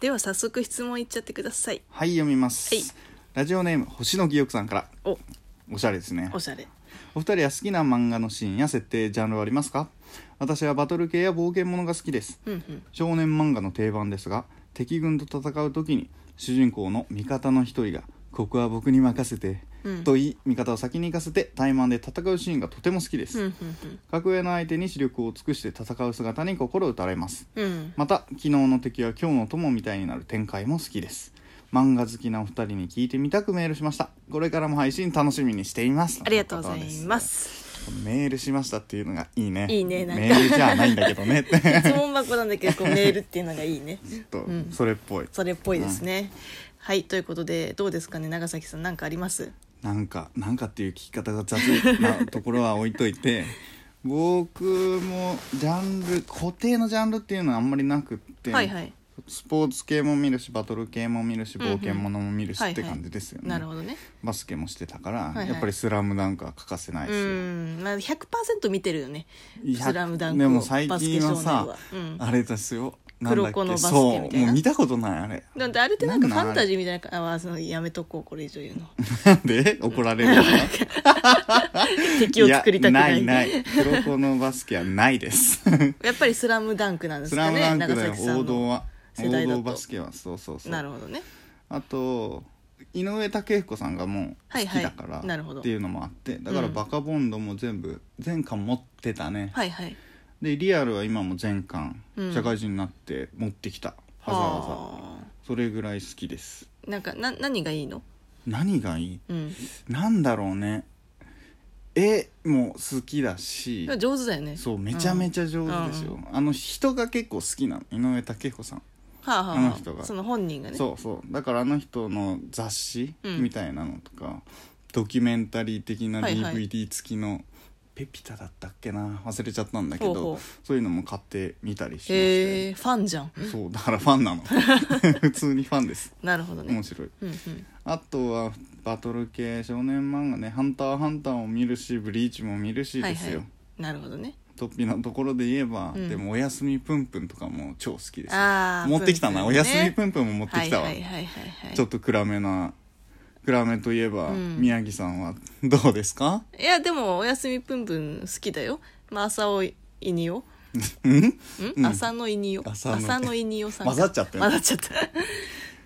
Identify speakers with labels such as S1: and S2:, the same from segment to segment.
S1: では早速質問いっちゃってください
S2: はい読みます、
S1: はい
S2: ラジオネーム星野義翼さんから
S1: お
S2: おしゃれですね
S1: おしゃれ
S2: お二人は好きな漫画のシーンや設定ジャンルはありますか私はバトル系や冒険ものが好きです
S1: うんうん
S2: 少年漫画の定番ですが敵軍と戦う時に主人公の味方の一人が「ここは僕に任せて」
S1: うん
S2: と言い味方を先に行かせて怠慢で戦うシーンがとても好きで
S1: う
S2: す、
S1: んうん
S2: 格上の相手に視力を尽くして戦う姿に心打たれます
S1: うんうん
S2: また昨日の敵は今日の友みたいになる展開も好きです漫画好きなお二人に聞いてみたくメールしましたこれからも配信楽しみにしています
S1: ありがとうございますす
S2: メールしましたっていうのがいいね
S1: いいねなんか
S2: メールじゃないんだけ どねって
S1: 質問箱なんだけどこうメールっていうのがいいね
S2: ちょっと
S1: うん
S2: それっぽい、
S1: それっぽいですね、はいということでどうですかね長崎さん何かあります
S2: なんかなんかっていう聞き方が雑なところは置いとい て僕もジャンル固定のジャンルっていうのはあんまりなくって、
S1: はいはい
S2: スポーツ系も見るしバトル系も見るし
S1: うんうん
S2: 冒険ものも見るし
S1: はいはい
S2: って感じですよね、
S1: なるほどね
S2: バスケもしてたから、
S1: いはい
S2: やっぱり「スラムダンクは欠かせないうですよ、
S1: ん、まあ、100%見てるよね
S2: いや
S1: スラムダンク
S2: で
S1: を
S2: も最近は
S1: バ
S2: さ
S1: スケ少年はうん
S2: あれですよ
S1: 黒子のバスケみたいな
S2: そうもう見たことないあれ
S1: だってあれってなんかフ
S2: なんなん
S1: ァンタジーみたいなかああそのやめとこうこれ以上言う の
S2: なんで怒ら れるの
S1: 敵を作りたくない
S2: いやないない黒子のバスケはな いです
S1: やっぱり「スラムダンクなんです
S2: ス
S1: か
S2: ラムダ
S1: ね
S2: ンク
S1: 長
S2: だよ
S1: 崎さ
S2: 王
S1: ん
S2: 道
S1: の
S2: は
S1: 世
S2: 王
S1: 代だと
S2: 道バスケはそうそうそう
S1: なるほどね
S2: あと井上武彦さんがもう好きだか
S1: は
S2: ら、
S1: いはいなるほど
S2: っていうのもあってだから
S1: うん
S2: バカボンドも全部全巻持ってたね、
S1: はいはい
S2: でリアルは今も全巻、
S1: うん
S2: 社会人になって持ってきたわざわざ
S1: あ
S2: それぐらい好きです
S1: ーなんかな何がいいの
S2: 何がいい
S1: うん
S2: なんだろうね絵も好きだし
S1: 上手だよね
S2: そうめちゃめ
S1: ゃ、
S2: ちゃ上手ですよ、あの人が結構好きなの井上武彦さん
S1: うんはあはあ
S2: あの人
S1: はあ、
S2: が
S1: その本人がね
S2: そうそうだからあの人の雑誌
S1: うん
S2: みたいなのとか、ドキュメンタリー的な
S1: はいはい
S2: DVD 付きの、ペピタだったっけな忘れちゃったんだけど
S1: ほうほう
S2: そういうのも買ってみたりしまして
S1: へえファンじゃん
S2: そうだからファ ンなの普通にファンです
S1: なるほどね
S2: 面白い
S1: うんうん
S2: あとはバトル系少年漫画ね「ハンターハンター」も見るし「ブリーチ」も見るしですよ、
S1: はいはい、なるほどね
S2: トッピーのところで言えば、
S1: うん
S2: でも「おやすみぷんぷん」とかも超好きです
S1: ああ
S2: 持ってきたな、おやすみぷんぷんも持ってきたわ、
S1: はいはいはいはいはい
S2: ちょっと暗めな暗めといえば、
S1: うん
S2: 宮城さんはどうですか
S1: いやでも「おやすみぷんぷん」好きだよ、まあ、朝尾いにおん朝のいにお
S2: 浅野
S1: 朝のいにおさんか
S2: 混ざっちゃったよ
S1: 混ざっちゃった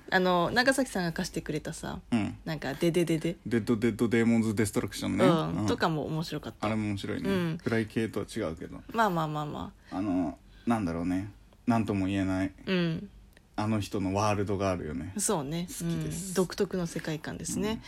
S1: あの長崎さんが貸してくれたさ
S2: うん
S1: なんか「デデデデ」
S2: 「デッド・デッド・デーモンズ・デストラクションね」
S1: うん
S2: うん
S1: とかも面白かっ
S2: あ
S1: た
S2: れも面白いね、
S1: うん
S2: 暗い系とは違うけど
S1: まあまあまあま
S2: あのなんだろうねなんとも言えない
S1: あうん
S2: あの人のワールドがあるよね
S1: そうね
S2: 好きです
S1: うん、独特の世界観ですね、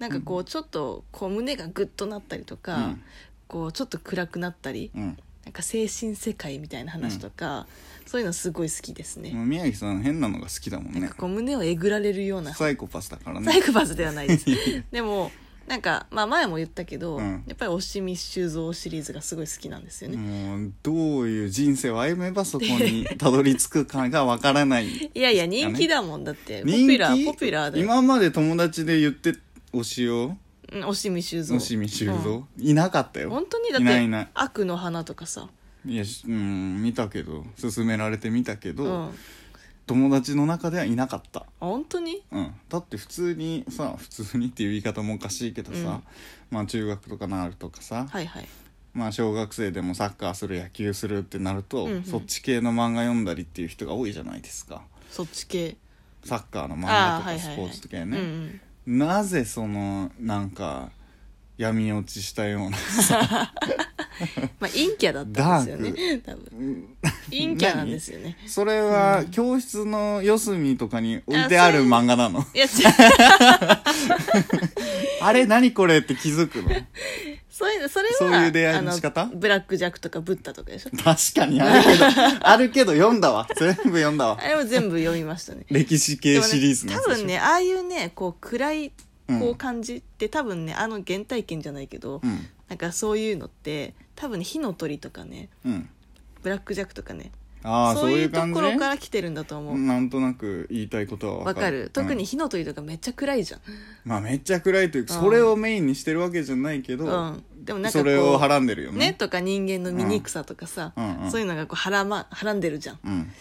S1: なんかこうちょっとこう胸がグッとなったりとか、
S2: うん
S1: こうちょっと暗くなったり、
S2: うん
S1: なんか精神世界みたいな話とか、そういうのすごい好きですね、
S2: もう宮城さん変なのが好きだもん
S1: なん
S2: ね
S1: かこう胸をえぐられるような
S2: サイコパスだから
S1: サイ
S2: ね
S1: コパスではないです でもなんか、まあ、前も言ったけど、
S2: うん
S1: やっぱり押見修造シリーズがすごい好きなんですよね、
S2: もうどういう人生を歩めばそこにたどり着くかがわからない
S1: いやいや人気だもんだって ポ
S2: 人
S1: ピュラー
S2: 気
S1: ポピュラーだよ、
S2: 今まで友達で言って推しを
S1: うん、押見修造
S2: 推し見修造、いなかったよ
S1: 本当にだっ
S2: い
S1: て
S2: ないいない
S1: 悪の花とかさ、
S2: いやしうん見たけど勧められてみたけど、
S1: うん、
S2: 友達の中ではいなかった
S1: 本当に
S2: うん、だって普通にさ普通にっていう言い方もおかしいけどさ、
S1: うん
S2: まあ中学とかなるとかさ、
S1: はいはい
S2: まあ小学生でもサッカーする野球するってなると、
S1: うんうん
S2: そっち系の漫画読んだりっていう人が多いじゃないですか
S1: そっち系
S2: サッカーの
S1: あ
S2: 漫画
S1: あ
S2: と
S1: はい
S2: か
S1: は
S2: ス
S1: い
S2: ポ
S1: はい
S2: ーツ系ね、
S1: うん
S2: なぜそのなんか闇落ちしたよう なさ
S1: うん、まあ陰キャだったんですよね多分陰キャなんですよね
S2: それは教室の四隅とかに置いてある漫画なの
S1: いや違う
S2: あれ何これって気づくの
S1: そういうのそれは
S2: そういう出会いの仕方
S1: あのブラック・ジャックとかブッダとかでしょ
S2: 確かにあるけ どあるけど読んだわ全部読んだわ
S1: あれも全部読みました ね
S2: 歴史系シリーズの
S1: で
S2: や
S1: も
S2: つ
S1: ね多
S2: でしょ
S1: 分ねああいうねこう暗いこ
S2: う
S1: うん感じって、多分ねあの原体験じゃないけど、
S2: うん
S1: なんかそういうのって多分ね火の鳥とかね
S2: うん
S1: ブラック・ジャックとかね
S2: ああ
S1: そ
S2: そうう
S1: い
S2: いうう
S1: と
S2: 感じ
S1: ころから来てるんだと思う
S2: なんとなく言いたいことは
S1: わ
S2: わ
S1: か
S2: か
S1: る
S2: る
S1: 特
S2: う
S1: に
S2: ん
S1: 火の鳥とかめっちゃ暗いじゃん
S2: まあめっちゃ暗いというか
S1: うん
S2: それをメインにしてるわけじゃないけど、
S1: うんでもなんかこう
S2: それをはらんでるよ
S1: ね
S2: ね
S1: とか人間の醜さとかさ、
S2: うんうんうん
S1: そういうのがこうはらまはらんでるじゃん
S2: うん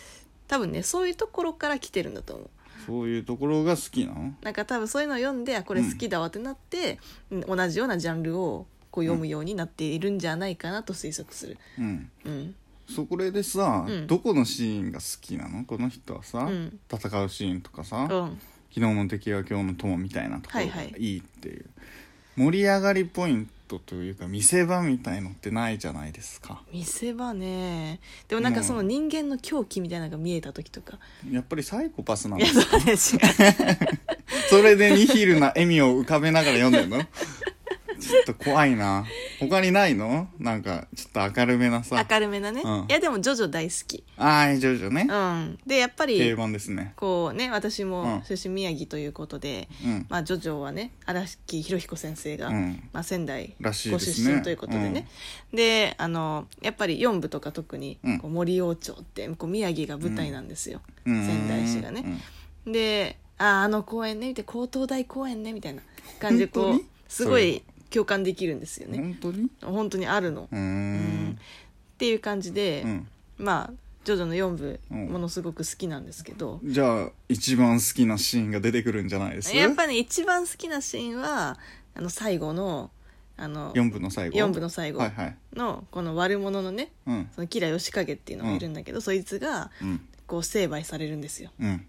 S1: 多分ねそういうところから来てるんだと思う
S2: そういうところが好きなの
S1: なんか多分そういうのを読んであこれ好きだわってなって、うん同じようなジャンルをこう読むようになっているんじゃないかなと推測する
S2: うん
S1: うん
S2: そこでさ、
S1: うん
S2: どこのシーンが好きなのこの人はさ、
S1: うん
S2: 戦うシーンとかさ、
S1: う
S2: 昨
S1: ん
S2: 日の敵は今日の友みたいなところが
S1: はい
S2: い
S1: はい
S2: っていう、盛り上がりポイントというか見せ場みたいのってないじゃないですか
S1: 見せ場ねでもなんかその人間の狂気みたいなのが見えた時とか、
S2: やっぱりサイコパスなん
S1: い
S2: で
S1: や
S2: す
S1: そう ね違う
S2: それでニヒルな笑みを浮かべながら読んでるのちょっと怖いな他にないのなんかちょっと明るめなさ
S1: 明るめなね、
S2: うん
S1: いやでもジョジョ大好き
S2: ああジョジョね
S1: うんでやっぱ
S2: 定
S1: り
S2: 番ですね
S1: こうね私
S2: う
S1: も
S2: ん
S1: 出身宮城ということで、
S2: うん
S1: まあジョジョはね荒木博彦先生が、
S2: うん
S1: まあ、仙台ご
S2: らしい
S1: 出
S2: ですね
S1: 身ということでねであのやっぱり4部とか特に
S2: うん
S1: こう森王朝ってこう宮城が舞台なんですよ、
S2: うん
S1: 仙台市がね、で「あああの公園ね」みたいな「江東大公園ね」みたいな感じでこ
S2: 本
S1: う
S2: 当に
S1: すごい共感できるんですよ
S2: うん
S1: ね
S2: 本当に
S1: 本当にあるの、
S2: うー
S1: うん
S2: ん
S1: っていう感じで、
S2: うん
S1: まあジョジョの4部
S2: うん
S1: ものすごく好きなんですけど、
S2: じゃあ一番好きなシーンが出てくるんじゃないです
S1: やっぱね一番好きなシーンはあの最後のあの
S2: 4部の最後
S1: 四部の最後
S2: はいはい
S1: のこの悪者のね
S2: うん
S1: その吉良義景っていうのがいるんだけど、そいつが
S2: うん
S1: こう成敗されるんですよ
S2: うん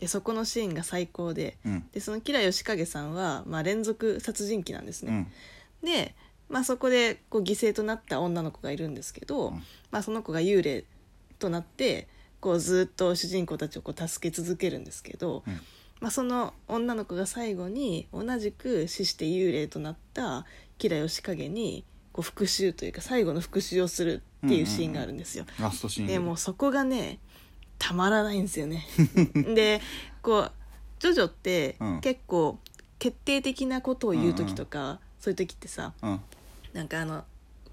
S1: でそこのシーンが最高で
S2: うん
S1: でその吉良義景さんは、まあ、連続殺人鬼なんです
S2: う
S1: ね、
S2: ん
S1: で、まあ、そこでこう犠牲となった女の子がいるんですけど、
S2: うん
S1: まあ、その子が幽霊となってこうずっと主人公たちをこう助け続けるんですけど、
S2: うん
S1: まあ、その女の子が最後に同じく死して幽霊となった吉良義景にこう復讐というか最後の復讐をするっていうシーンがあるんですよ。
S2: ラストシーン
S1: でもうそこがねたまらないんですよね。でこうジョジョって
S2: うん
S1: 結構決定的なことを言う時とか、そういう時ってさ
S2: うん
S1: なんかあの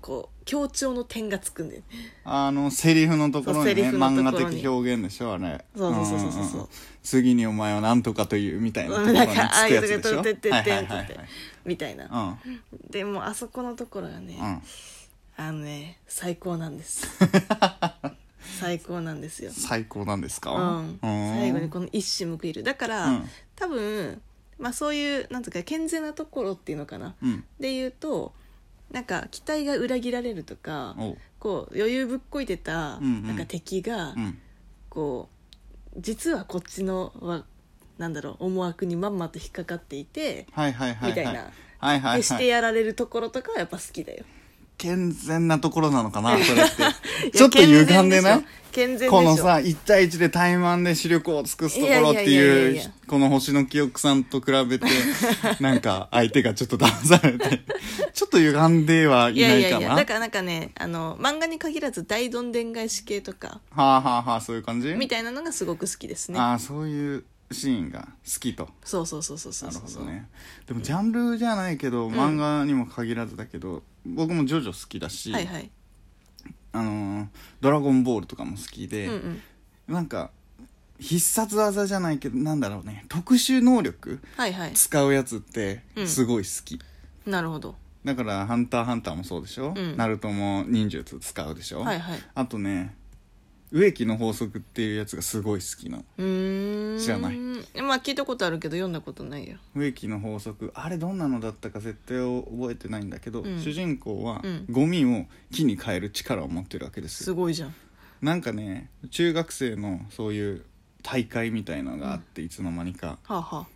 S1: こう強調の点がつくんだよね
S2: あのセリフのところにね
S1: そうセリフのとこ
S2: 漫
S1: ろに
S2: 画的表現でしょあれ
S1: そうそうそうそうそうん
S2: んん次にお前は何とかというみたいなところに
S1: なん
S2: つ
S1: かああ
S2: く
S1: い
S2: や
S1: う
S2: つでし
S1: と
S2: ょ
S1: こ
S2: は
S1: て
S2: い
S1: って
S2: は
S1: っ
S2: い
S1: て
S2: はい
S1: ん
S2: は
S1: て
S2: い
S1: てみたいな、
S2: うん
S1: でもうあそこのところがね、
S2: うん
S1: あのね最高なんです最高なんですよ、
S2: 最高なんですか
S1: うん、
S2: うん
S1: 最後にこの一矢報いるだから、
S2: うん
S1: 多分、まあ、そういうなんつうか健全なところっていうのかな、
S2: うん
S1: で言うとなんか期待が裏切られるとか
S2: おう
S1: こう余裕ぶっこいてた
S2: うんうん
S1: なんか敵が
S2: うん
S1: こう実はこっちのはなんだろう思惑にまんまと引っかかっていて
S2: はいはいはい
S1: みたいな
S2: はいはいは
S1: でして
S2: い
S1: やられるところとかはやっぱ好きだよ。
S2: 健全なところなのかなそれっ て
S1: いや
S2: ちょっと歪んでない
S1: 健全でしょ健
S2: こ
S1: 全
S2: の
S1: でしょ
S2: さ1対1で対マンで視力を尽くすところって
S1: いやいやいやい
S2: い
S1: やいうや
S2: この星の記憶さんと比べてなんか相手がちょっと騙され てちょっと歪んではい
S1: いや
S2: ないい
S1: や
S2: か
S1: い
S2: な
S1: やだからなんかねあの漫画に限らず大どんでん返し系とか
S2: はあはあはあそういう感じ
S1: みたいなのがすごく好きですね
S2: ああそういうシーンが好きと
S1: そうそうそうそうそ
S2: な
S1: う
S2: る
S1: そう
S2: ほどねでもジャンルじゃないけど、
S1: ん
S2: 漫画にも限らずだけど僕もジョジョ好きだし、
S1: はいはい
S2: あのードラゴンボール」とかも好きで、
S1: うんうん
S2: なんか必殺技じゃないけどなんだろうね特殊能力
S1: はいはい
S2: 使うやつって
S1: うん
S2: すごい好き、
S1: なるほど
S2: だから「ハンターハンター」もそうでしょ、
S1: うん
S2: ナルトも忍術使うでしょ、
S1: はいはい
S2: あとね植木の法則っていうやつがすごい好きなの
S1: うーん
S2: 知らない
S1: まあ聞いたことあるけど読んだことないよ
S2: 植木の法則あれどんなのだったか絶対覚えてないんだけど、
S1: うん
S2: 主人公は
S1: うん
S2: ゴミを木に変える力を持ってるわけです
S1: す
S2: よ
S1: ごいじゃん
S2: なんかね中学生のそういう大会みたいのがあって、いつの間にか
S1: はあは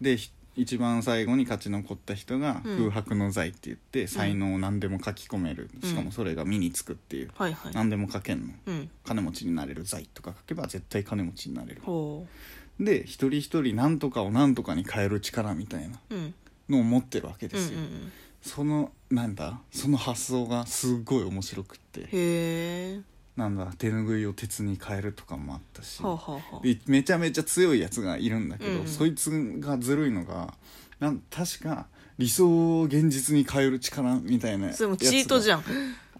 S2: でひ一番最後に勝ち残った人が
S1: うん
S2: 空白の財って言って、才能を何でも書き込める、
S1: うん
S2: しかもそれが身につくっていう、
S1: あはいはい
S2: 何でも書けんの
S1: うん
S2: 金持ちになれる財とか書けば絶対金持ちになれる
S1: ほ
S2: で一人一人何とかを何とかに変える力みたいな
S1: ううん
S2: のを持ってるわけで
S1: うんうん
S2: す
S1: う
S2: よ、
S1: ん
S2: そのなんだその発想がすごい面白くって
S1: へえ
S2: なんだ手ぬぐいを鉄に変えるとかもあったし、
S1: はあはあは
S2: でめちゃめちゃ強いやつがいるんだけど、
S1: うんうん
S2: そいつがずるいのがなん確か理想を現実に変える力みたいな
S1: あそれもチートじ
S2: ゃん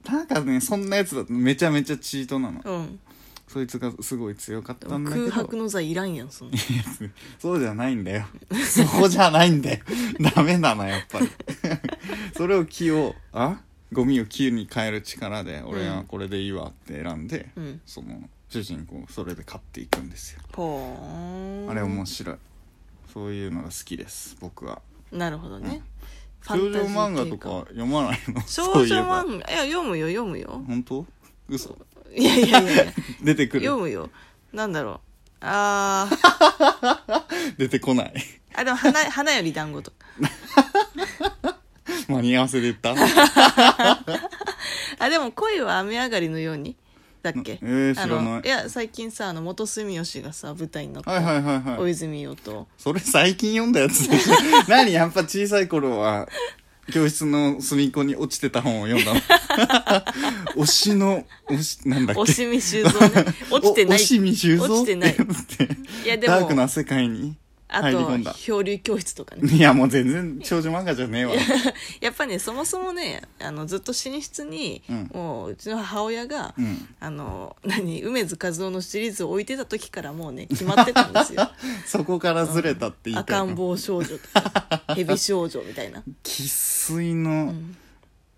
S1: ゃん
S2: なんかねそんなやつだとめちゃめちゃチートなの、
S1: うん
S2: そいつがすごい強かっ
S1: で
S2: たん
S1: も
S2: だけど
S1: 空白の罪いらんやん その
S2: そうじゃないんだよ。 そこじゃないんだよ。 ダメだな、やっぱり。 それを木を、あゴミを木に変える力で、俺はこれでいいわって選んで、
S1: うん
S2: その、主人公それで勝っていくんですよ
S1: ほーん
S2: あれ面白いそういうのが好きです僕は
S1: なるほどね、
S2: 少女漫画と
S1: ファン
S2: か読まない
S1: タジ
S2: の
S1: ー系か
S2: そ
S1: 少
S2: うい
S1: 女
S2: えば
S1: 漫画いや読むよ読むよ
S2: 本当嘘
S1: いやいやいやいや
S2: 出てくる
S1: 読むよなんだろうあー
S2: 出てこない
S1: あでも花「花より団子とか
S2: 間に合わせで 言った
S1: あでも「恋は雨上がりのように」だっけ
S2: えー知らない
S1: あのいや最近さあの元住吉がさ舞台になった、
S2: はいはいはい
S1: 大
S2: はい
S1: 泉洋と
S2: それ最近読んだや つでしょ何やっぱ小さい頃は教室の隅っこに落ちてた本を読 んだの推しの推しなんだっけ
S1: 押見修造ね落ちてな
S2: お
S1: い
S2: 押し見修造
S1: 落ちてない
S2: って言って
S1: いやで
S2: ダーク
S1: も
S2: な世界に
S1: あ
S2: 入り
S1: と
S2: 込んだ
S1: 漂流教室とかね
S2: いやもう全然少女漫画じゃねえわ
S1: やっぱねそもそもねあのずっと寝室に、
S2: うん
S1: もううちの母親が、
S2: うん
S1: あの何梅津和夫のシリーズを置いてた時からもうね決まってたんですよ
S2: そこからずれた って言いたい
S1: 赤ん
S2: の
S1: 坊少女とか蛇少女みたいな
S2: 生粋の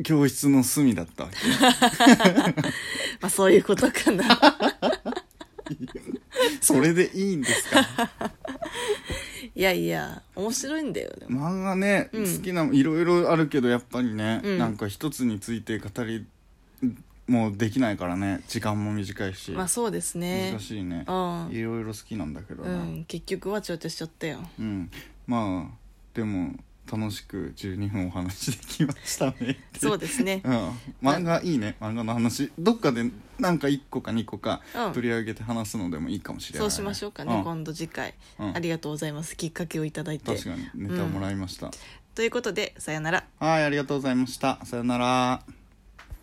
S2: 教室の隅 だったわけ、
S1: まあそういうことかな
S2: それでいいんですか
S1: いやいや面白いんだよでも
S2: 漫画ね、
S1: うん
S2: 好きないろいろあるけどやっぱりね、
S1: うん
S2: なんか一つについて語りもうできないからね時間も短いし、
S1: まあそうですね
S2: 難しいね
S1: うん
S2: いろいろ好きなんだけど
S1: う
S2: な、
S1: ん結局わちゃわちゃしちゃったよ
S2: うん、まあでも楽しく12分お話できましたねって
S1: そうですね
S2: うん、漫画いいね漫画の話どっかでなんか1個か2個か
S1: うん
S2: 取り上げて話すのでもいいかもしれない
S1: そ
S2: ね、
S1: うしましょうかね、
S2: ん
S1: 今度次回、
S2: うん
S1: ありがとうございますきっかけをいただいて
S2: 確かにネタもらいました、
S1: ということでさよなら
S2: はいありがとうございましたさよなら